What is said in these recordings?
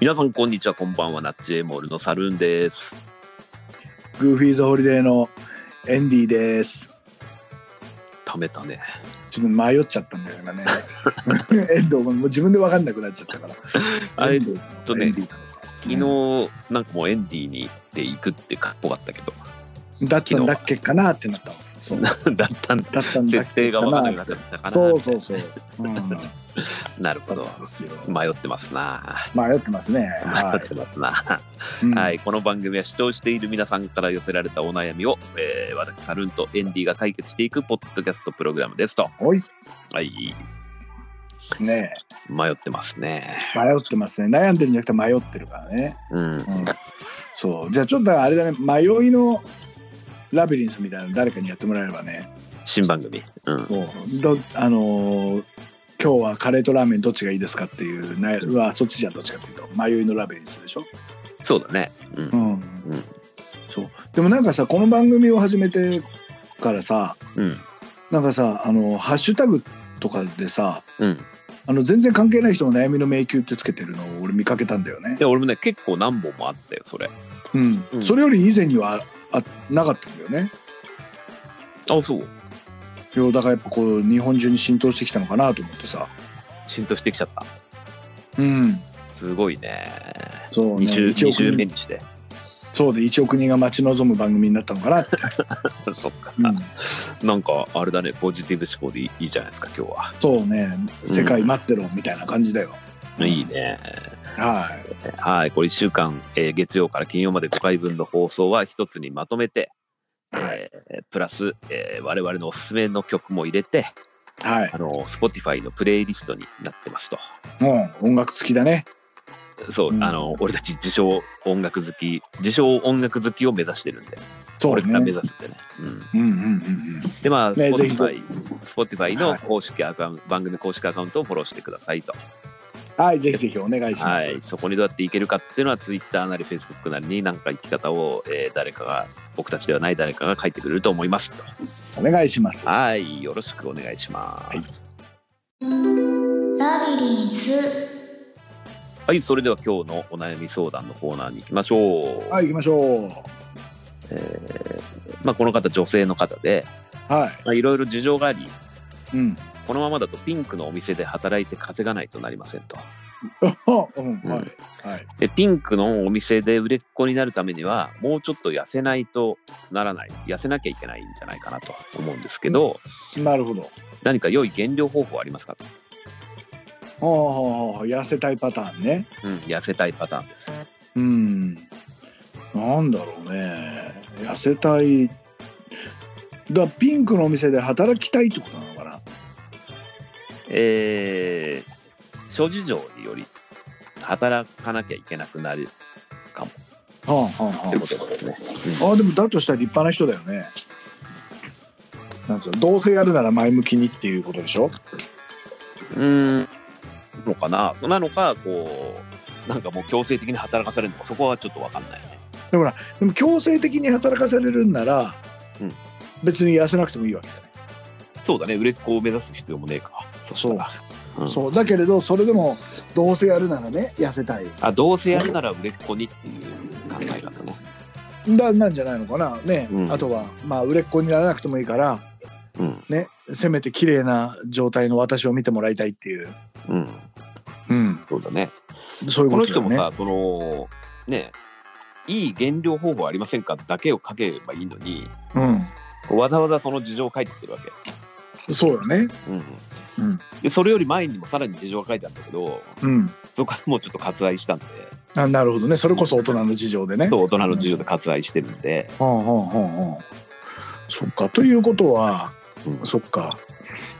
皆さんこんにちはこんばんはナッチエモールのサルーンですグーフィーズホリデーのエンディです。貯めた ねちょっと迷っちゃったんだよ 今ね。エンドもう自分で分かんなくなっちゃったから。あれエンドなとのかねエンディなのか昨日なんかもうエンディにで行くってかっこよかったけど だったんだっけかなってなった。そう。だだったんだったんだっ設け定がか分かんななくなっってちゃ。ったからそうそうそう。うん、だなるほどったんですよ。迷ってますな迷ってますね。は迷ってますな、い。うんはい、この番組は視聴している皆さんから寄せられたお悩みを、えー私サルーンとエンディが解決していくポッドキャストプログラムですとおいはいね迷ってますね迷ってますね。悩んでるんじゃなくて迷ってるからね。うんうん。そう。じゃあちょっとあれだね。迷いのラビリンスみたいなの誰かにやってもらえればね。新番組うんもうどあのー今日はカレーとラーメンどっちがいいですかっていうなうわそっちじゃんどっちかっていうと迷いのラベリンスでしょ、そうだねうんんそうでもなんかさこの番組を始めてからさうんなんかさあのハッシュタグとかでさうんあの全然関係ない人の悩みの迷宮ってつけてるのを俺見かけたんだよねい、や俺もね結構何本もあったよそれうんうんそれより以前にはあなかったんだよねあそういやだからやっぱこう日本中に浸透してきたのかなと思ってさ浸透してきちゃったうんすごいねそう、ね、 20, 1億人20目にしてそうで1億人が待ち望む番組になったのかなって、 そっか、うんなんかあれだねポジティブ思考でいいじゃないですか今日はそうねん世界待ってろみたいな感じだよ、いいねはいはいこれ1週間、えー月曜から金曜まで5回分の放送は一つにまとめて、はいえープラス、えー我々のおすすめの曲も入れてはいあの Spotify のプレイリストになってますともう音楽好きだねそう、うんあの俺たち自称音楽好き自称音楽好きを目指してるんでそこうれから目ね指してね、うん、うんうんうんで、まあ、ねぜひ Spotify、Spotify のはい公式アカウント、番組公式アカウントをフォローしてくださいと。うんはいぜひぜひお願いしまはす、い。そこにどうやっていけるかっていうのは、Twitter なり Facebook なりになんか生き方を、えー誰かが、僕たちではない誰かが書いてくれると思いますと。お願いしますはい。よろしくお願いします。ははいい。ラビリンスそれでは今日のお悩み相談のコーナーに行きましょう。はい行きましょうえーまあ、この方、女性の方で、はまあいろいろ事情があり、いうんこのままだとピンクのお店で働いて稼がないとなりませんと。あうんうんはいはいでピンクのお店で売れっ子になるためにはもうちょっと痩せないとならない痩せなきゃいけないんじゃないかなと思うんですけど、なるほど何か良い減量方法ありますかと、ああ痩せたいパターンねうん、痩せたいパターンですうんなんだろうね痩せたいだピンクのお店で働きたいってことなのかなえー、諸事情により働かなきゃいけなくなるはあはあってことですねあでもだとしたら立派な人だよねなんつうのどうせやるなら前向きにっていうことでしょうーんのかななのかこうなんかもう強制的に働かされるのかそこはちょっと分かんないねでも強制的に働かされるんなら、うん別に痩せなくてもいいわけじゃない、そうだね売れっ子を目指す必要もねえかそうだうんそうだけれどそれでもどうせやるならね痩せたいあどうせやるなら売れっ子にっていう考え方ねだなんじゃないのかなね、うんあとはまあ売れっ子にならなくてもいいからうんねせめて綺麗な状態の私を見てもらいたいっていう、うんうん、そうだねそういうここのと人だよもねさそのねいい減量方法ありませんかだけを書けばいいのにわざわざその事情を書いてくるわけ、うんそうだねうん、うんでそれより前にもさらに事情が書いてあるんだけどうんそこはもうちょっと割愛したんであなるほどねそれこそ大人の事情でねそう大人の事情で割愛してるんで、はあはあはあはあそっかということはうんそっか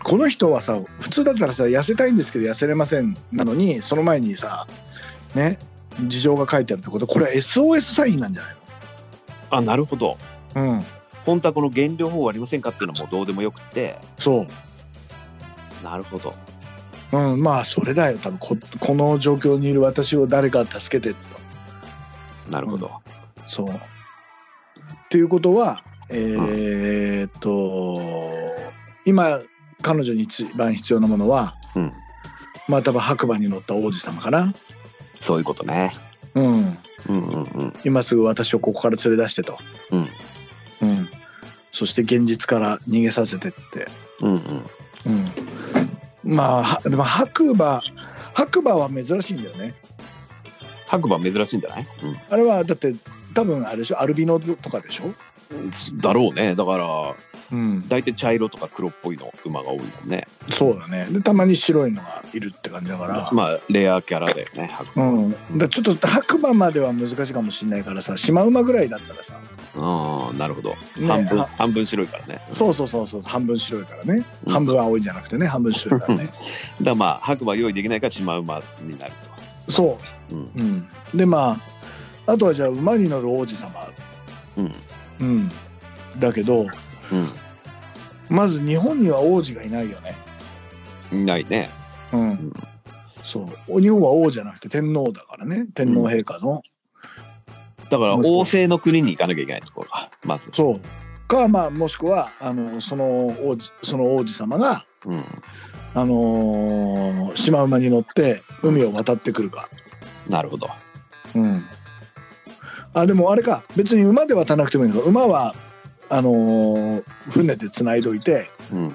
この人はさ普通だったらさ痩せたいんですけど痩せれませんなのにその前にさね事情が書いてあるってことこれは SOS サインなんじゃないあなるほどのうん本当はこの減量方法ありませんかっていうのはもうどうでもよくてそなるほどう、うん、まあそれだよ多分ここの状況にいる私を誰か助けてとなるほど、そうっていうことはえーっと今彼女に一番必要なものはうんまあ多分白馬に乗った王子様かなそういうことね。うん、うんうんうん。今すぐ私をここから連れ出してと、うんうん、そして現実から逃げさせてって、うんうん。うん、まあはでも白馬白馬は珍しいんだよね白馬珍しいんじゃない、あれはだって多分あれでしょアルビノとかでしょ、うん、だろうね。だから、うん、大体茶色とか黒っぽいの馬が多いもんね。そうだねでたまに白いのがいるって感じだから、まあ、レアキャラだよね、白馬。うん、だからちょっと白馬までは難しいかもしれないからさシマウマぐらいだったらさああ、なるほど。ね半分、あ半分白いからね。そうそうそうそう半分白いからね、うん半分青いじゃなくてね半分白いから ねだからまあ、白馬用意できないからシマウマになるそと。うんう、うん、でまああとはじゃあ馬に乗る王子様、うんうん、だけどまず日本には王子がいないよねうん。いないね。うん、んそう日本は王じゃなくて天皇だからね天皇陛下の、だから、もしも王政の国に行かなきゃいけないところが、まず。そうかまあもしくはあのその王子その王子様がうん。あのー、シマウマに乗って海を渡ってくるか。なるほど。うん。あでもあれか別に馬で渡らなくてもいいのか馬はあのー船で繋いどいて、うん。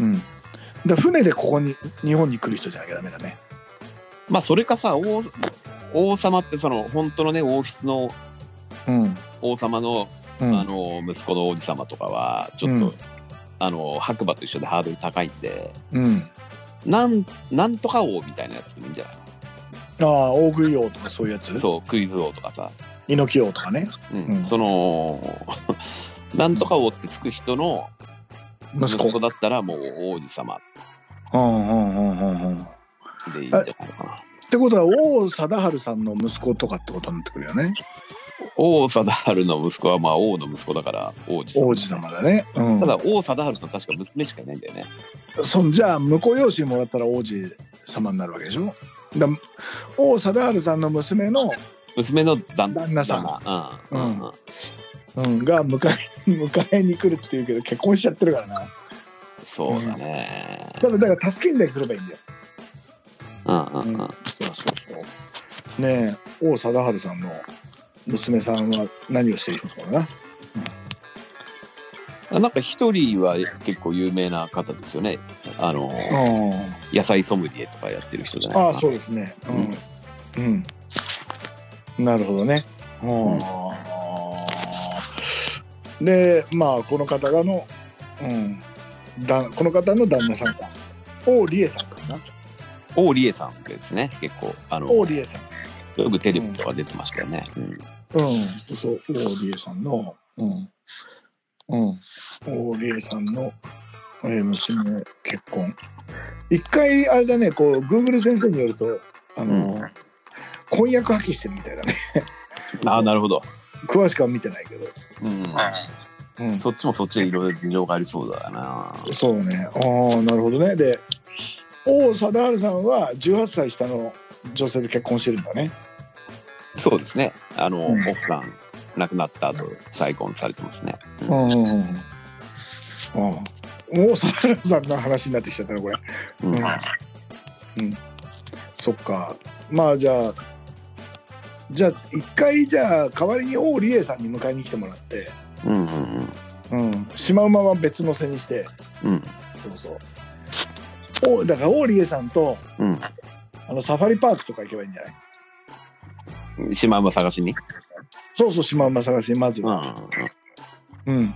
うん、だから船でここに日本に来る人じゃなきゃダメだね。まあ、それかさ、王、王様ってその、本当のね、王室のうん王様のうんあの息子の王子様とかはちょっと、うんあの白馬と一緒でハードル高いんでうん、なんなんとか王みたいなやつでもいいんじゃないああ大食い王とかそういうやつそうクイズ王とかさ、猪木王とかねうんうんその なんとか王ってつく人の息子。息子だったらもう王子様うんうんうんうんうん、っでいいんじゃないのかなてことは王貞治さんの息子とかってことになってくるよね王貞治の息子はまあ王の息子だから王子様王子様だね。うん、ただ王貞治さん確か娘しかいないんだよねそんじゃあ婿養子もらったら王子様になるわけでしょだ王貞治さんの娘の、娘の旦旦那さん旦那うんうんうんうん、が迎え 迎えに来るっていうけど結婚しちゃってるからなそうだねただだから助けにだけ来ればいいんだよ、うんうんううんんそうそうそうねえ王貞治さんの娘さんは何をしているのかなあなんか一人は結構有名な方ですよね。あの、あ野菜ソムリエとかやってる人じゃないかな。あそうですねうん、うんなるほどねうんでまあこの方がの、うん、だこの方の旦那さんか王理恵さんかな王理恵さんですね。結構、あの、王理恵さんよくテレビとか出てましたよね。うんうん、そう、オーリエさんの、うん、うん、オーリエさんの、えー娘結婚。一回、あれだね、こう、Google 先生によると、あの、うん婚約破棄してるみたいだね。 ああ、なるほど。詳しくは見てないけど。うん。うん、そっちもそっちでいろいろ事情がありそうだな。そうね。ああ、なるほどね。で、王貞治さんは18歳下の女性と結婚してるんだね。そうですね。あの、うん奥さん亡くなった後、再婚されてますね。うんうんうんうん。ああ。王貞治さんの話になってきちゃったな、これ。うん。うんうん、そっかまあじゃあじゃあ一回じゃあ代わりに王理恵さんに迎えに来てもらって、うんうんうん、シマウマは別の背にしてうん。そうそうおだから王理恵さんとうん。あのサファリパークとか行けばいいんじゃないうん。シマウマ探しに。そうそうシマウマ探しにまずうんうは、んうん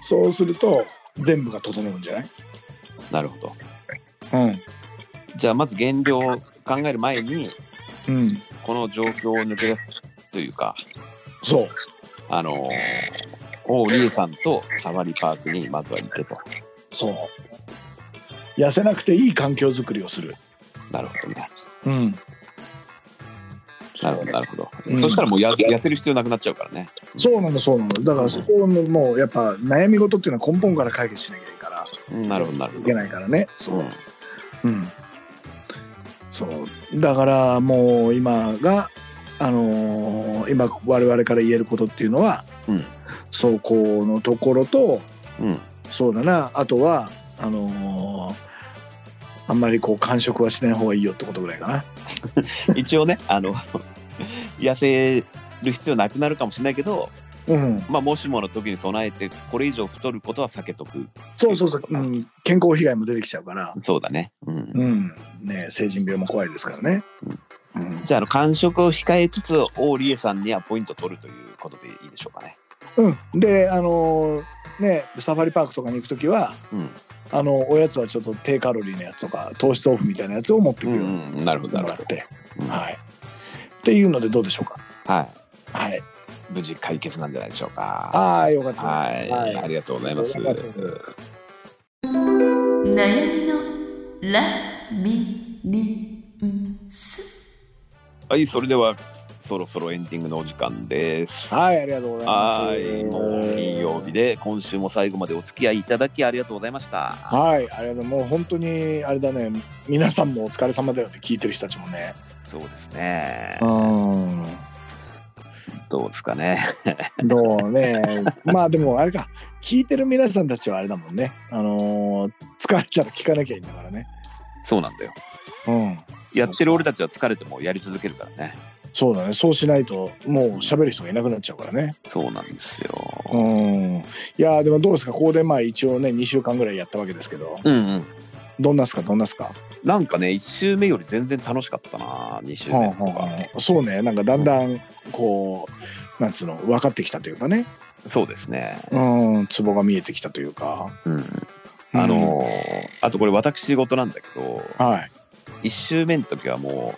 そうすると全部が整うんじゃないなるほど。うんじゃあ、まず減量を考える前に、うんこの状況を抜け出すというか、そうあのー、王リエさんとサワリパークにまずは行けと。そう痩せなくていい環境づくりをするなるほどね。うんなるほど、なるほど。うんそしたらもうや痩せる必要なくなっちゃうからね。そうなのそうなのだからそこももうやっぱ悩み事っていうのは根本から解決しなきゃいけないかうんなるほど、なるらほいどけ。ないからねそうう、んうん、そうだからもう今があのー今我々から言えることっていうのはうん。そこのところとうん。そうだなあとはあのーあんまりこう完食はしない方がいいよってことぐらいかな。一応ねあの 痩せる必要なくなるかもしれないけど、うん、まあ、もしもの時に備えてこれ以上太ることは避けとくそうそうそう、うん、健康被害も出てきちゃうから、そうだね、うん、うん、ね成人病も怖いですからね。うんじゃああの完食を控えつつ王理恵さんにはポイント取るということでいいでしょうかねうん、であのーねサファリパークとかに行く時はうんあのおやつはちょっと低カロリーのやつとか糖質オフみたいなやつを持ってくうるようにん、うん、なるほしどてなもるらっほて、ど、うんはい。っていうのでどうでしょうか。はいはい。無事解決なんじゃないでしょうかああよかった。はい、はいありがとうございますありがとうございま悩みのラビリンスはいそれではそろそろエンディングのお時間ですはい、ありがとうございます。はい、もう金曜日で今週も最後までお付き合いいただきありがとうございました。はい、ありがとう。もう本当にあれだね。皆さんもお疲れ様だよね。聞いてる人たちもね。そうですね。うどうですかね。ん。どうね。 まあでもあれか。聞いてる皆さんたちはあれだもんね。あのー疲れたら聞かなきゃいいんだからね。そうなんだよ。うん。やってる俺たちは疲れてもやり続けるからね。そうだね。そうしないともう喋る人がいなくなっちゃうからね。そうなんですうよ。ん。いやーでもどうですか。ここでまあ一応ね2週間ぐらいやったわけですけど、うんうん。どんなっすかどんなっすか。なんかね、1週目より全然楽しかったな、2週はあ目とはか。あはあそうねなんかだんだんこうなんつうの分かってきたというかねそうですね。うんツボが見えてきたというかうん。あのーあとこれ私事なんだけど、はい1週目の時はも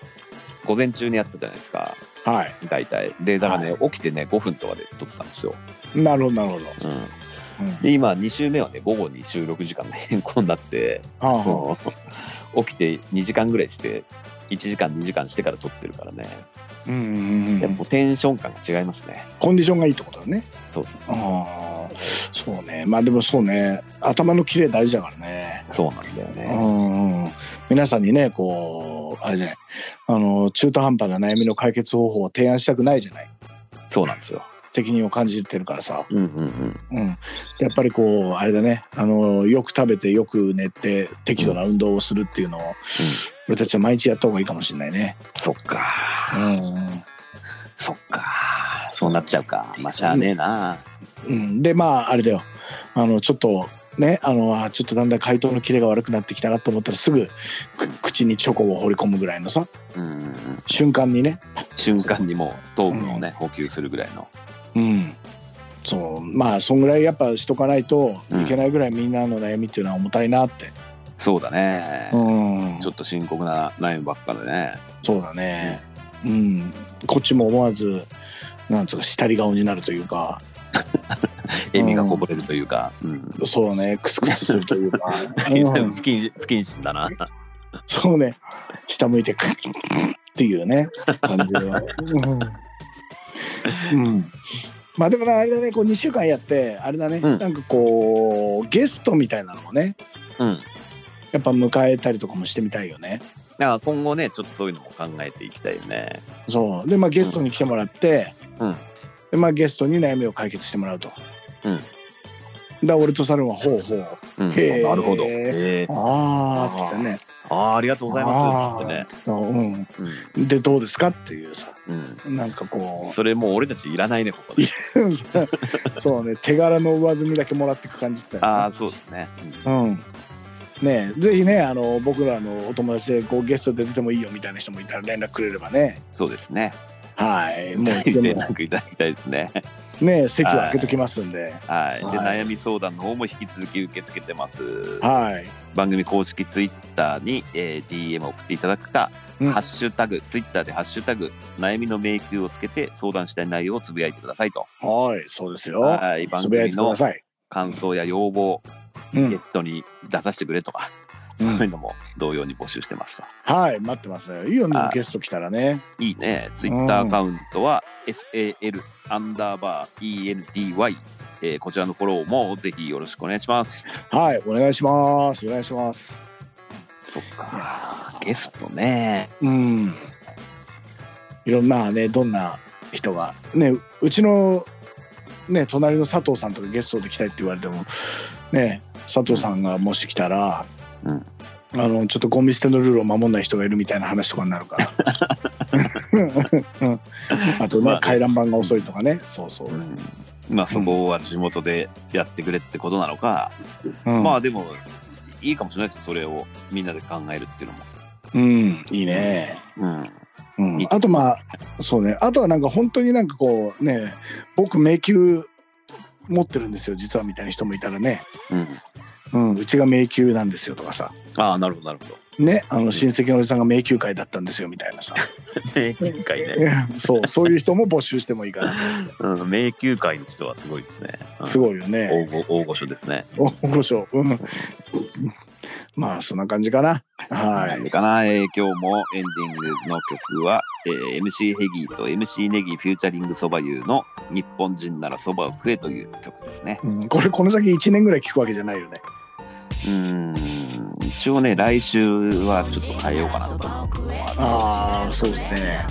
う、午前中にやったじゃないですか、はい大体。で、だからね、起きてね、5分とかで撮ってたんですよ。なるほどなるほうど、ん。うんはで今2週目はね午後に収録時間が変更になって、あはもう起きて2時間ぐらいして1時間2時間してから撮ってるからね、あうんうんうんやっぱテンション感が違いますねコンディションがいいってことだねそうそうそう、ああそうねまあでもそうね頭のキレ大事だからねそうなんだようね、んうん皆さんにねこうあれじゃないあの中途半端な悩みの解決方法を提案したくないじゃないそうなんですよ責任を感じてるからさ、うんうんうんうん、やっぱりこうあれだねあのよく食べてよく寝て適度な運動をするっていうのを、俺たちは毎日やった方がいいかもしれないね。そっかうんそっかそうなっちゃうかまあしゃあねえな、うん、でまああれだよあのちょっとねあのあちょっとだんだん解凍のキレが悪くなってきたなと思ったらすぐく口にチョコを放り込むぐらいのさうんうんうん、瞬間にね、瞬間にもう糖分をね補給するぐらいのうん、そうまあそんぐらいやっぱしとかないとうんいけないぐらいみんなの悩みっていうのは重たいなって。そうだね、うんちょっと深刻な悩みばっかでねそうだね。うん。こっちも思わず、なんつうか、したり顔になるというか、笑みがこぼれるというか、うん、そうだね、クスクスするという か、うん 不謹不謹慎だな。そうね、下向いて、クッっていうね、感じでは。うん。うんまあでもなあれだね、こう2週間やって、あれだね、うんなんかこう、ゲストみたいなのもね、うん。やっぱ迎えたりとかもしてみたいよね。だから今後ね、ちょっとそういうのも考えていきたいよね。そう。で、まあゲストに来てもらって、うんでまあゲストに悩みを解決してもらうと。うんだ俺とサルンはほうほう。うん、へーなるほど。えー、ああっつってね。ああ、ありがとうございます。ってねあーつってうん。でどうですかっていうさ、うん。うなんかこん。それもう俺たちいらないね、ここで。う、 そうね手柄の上積みだけもらってく感じって。ああ、そうですね。うんうん。ねえぜひねあの僕らのお友達でこうゲストで出てもいいよみたいな人もいたら連絡くれればね。そうですね。はい。もう連いつでも絡いただきたいですね。ね席を開けときますんで。はい。で、はい悩み相談の方も引き続き受け付けてます。はい。番組公式ツイッターに、えー DM を送っていただくか、うんハッシュタグ、ツイッターでハッシュタグ、悩みの迷宮をつけて相談したい内容をつぶやいてくださいと。はいそうですよ。はい、番つぶや組いてくだのさい。感想や要望、うんゲ。ストに出させてくれとか、うんそういうのも同様に募集してますと。はい待ってますね。いいよねはいゲスト来たらね。いいね、ツイッターアカウントは SAL アンダーバー ENDY、えーこちらのフォローもぜひよろしくお願いします。はいお願いしますお願いします。そっか、ゲストね。うん。いろんなね、どんな人が。ね、うちの、ね、隣の佐藤さんとかゲストで来たいって言われても、ね、佐藤さんがもし来たら、うんあのちょっとゴミ捨てのルールを守んない人がいるみたいな話とかになるから うんあとね、まあね回覧板が遅いとかねそうそう、うんまあそこは地元でやってくれってことなのか、うんまあでもいいかもしれないですそれをみんなで考えるっていうのも。うんいいねうん、うん、あとまあそうねあとはなんか本当になんかこうね僕迷宮持ってるんですよ実はみたいな人もいたらね、うん、うん、うちが迷宮なんですよとかさああなるほどなるほど。ねあの親戚のおじさんが迷宮会だったんですよみたいなさ 迷宮会ね。そうそういう人も募集してもいいからうん、迷宮会の人はすごいですね。うんすごいよね大御大御所ですね。大御所うんまあそんな感じかなはなんでいかな、えー今日もエンディングの曲は、えー MC ヘギーと MC ネギーフューチャリングそば湯の「日本人ならそばを食え」という曲ですね。うん、これこの先1年ぐらい聞くわけじゃないよねうーん一応ね来週はちょっと変えようかなと思ってああそうですね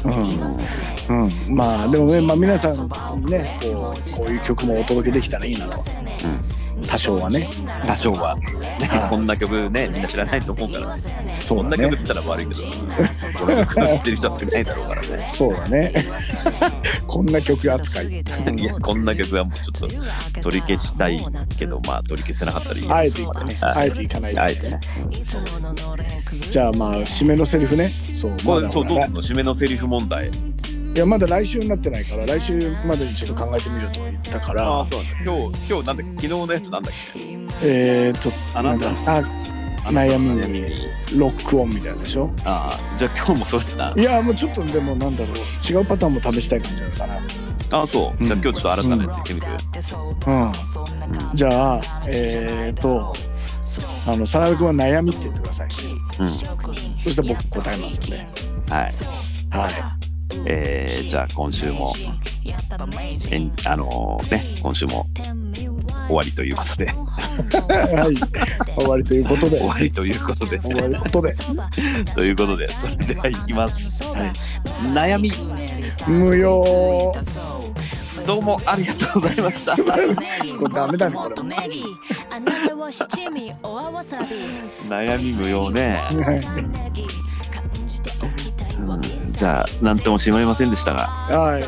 うん、うん、まあでもね、まあ、皆さんにねこうこういう曲もお届けできたらいいなと多少はね多少は、ねはいこんな曲ねみんな知らないと思うから、そこうんだな曲ねって言ったら悪いけどこの曲知ってる人は少ないだろうからねそうだね こんな曲扱いいやこんな曲はもうちょっと取り消したいけどまあ取り消せなかったらいいあえていくねはいあえていかないあえてねそうですねじゃあまあ締めのセリフねそうこまれだそうどうまだすんの締めのセリフ問題いやまだ来週になってないから来週までにちょっと考えてみると言ったからそうなんだ今日今日なんだっけ昨日のやつなんだっけえー、っとあなたんだあ悩みにロックオンみたいなやつでしょああじゃあ今日もそれだいやもうちょっとでもなんだろう違うパターンも試したい感じなのかああそうじゃあ今日ちょっと新たなやつ行ってみる、なうんじゃあえー、っとあの真田君は悩みって言ってください うんそして僕答えますんではいはいえーじゃあ今週もえんあのーね今週も終わりということ ではい終わりということで 終わりということで終わりことでということでそれではいきます、悩み無用どうもありがとうございま したこれダメだねこれあなたは七味おあわさび悩み無用ね、うん、じゃあ何ともしまいませんでしたが、はい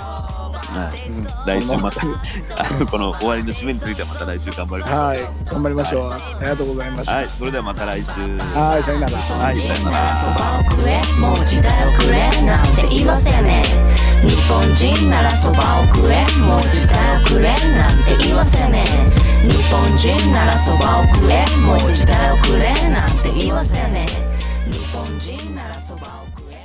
はい、うん来週またこのあのこの終わりの締めについてはまた来週頑張りますはい頑張りましょうありがとうございましたはいそれではまた来週はいさよならはいさよならそばをくれもう時代をくれなんて言わせねえ日本人ならそばをくれもう時代をくれなんて言わせねえ日本人ならそばをくれもう時代をくれなんて言わせねえ日本人ならそばをくれ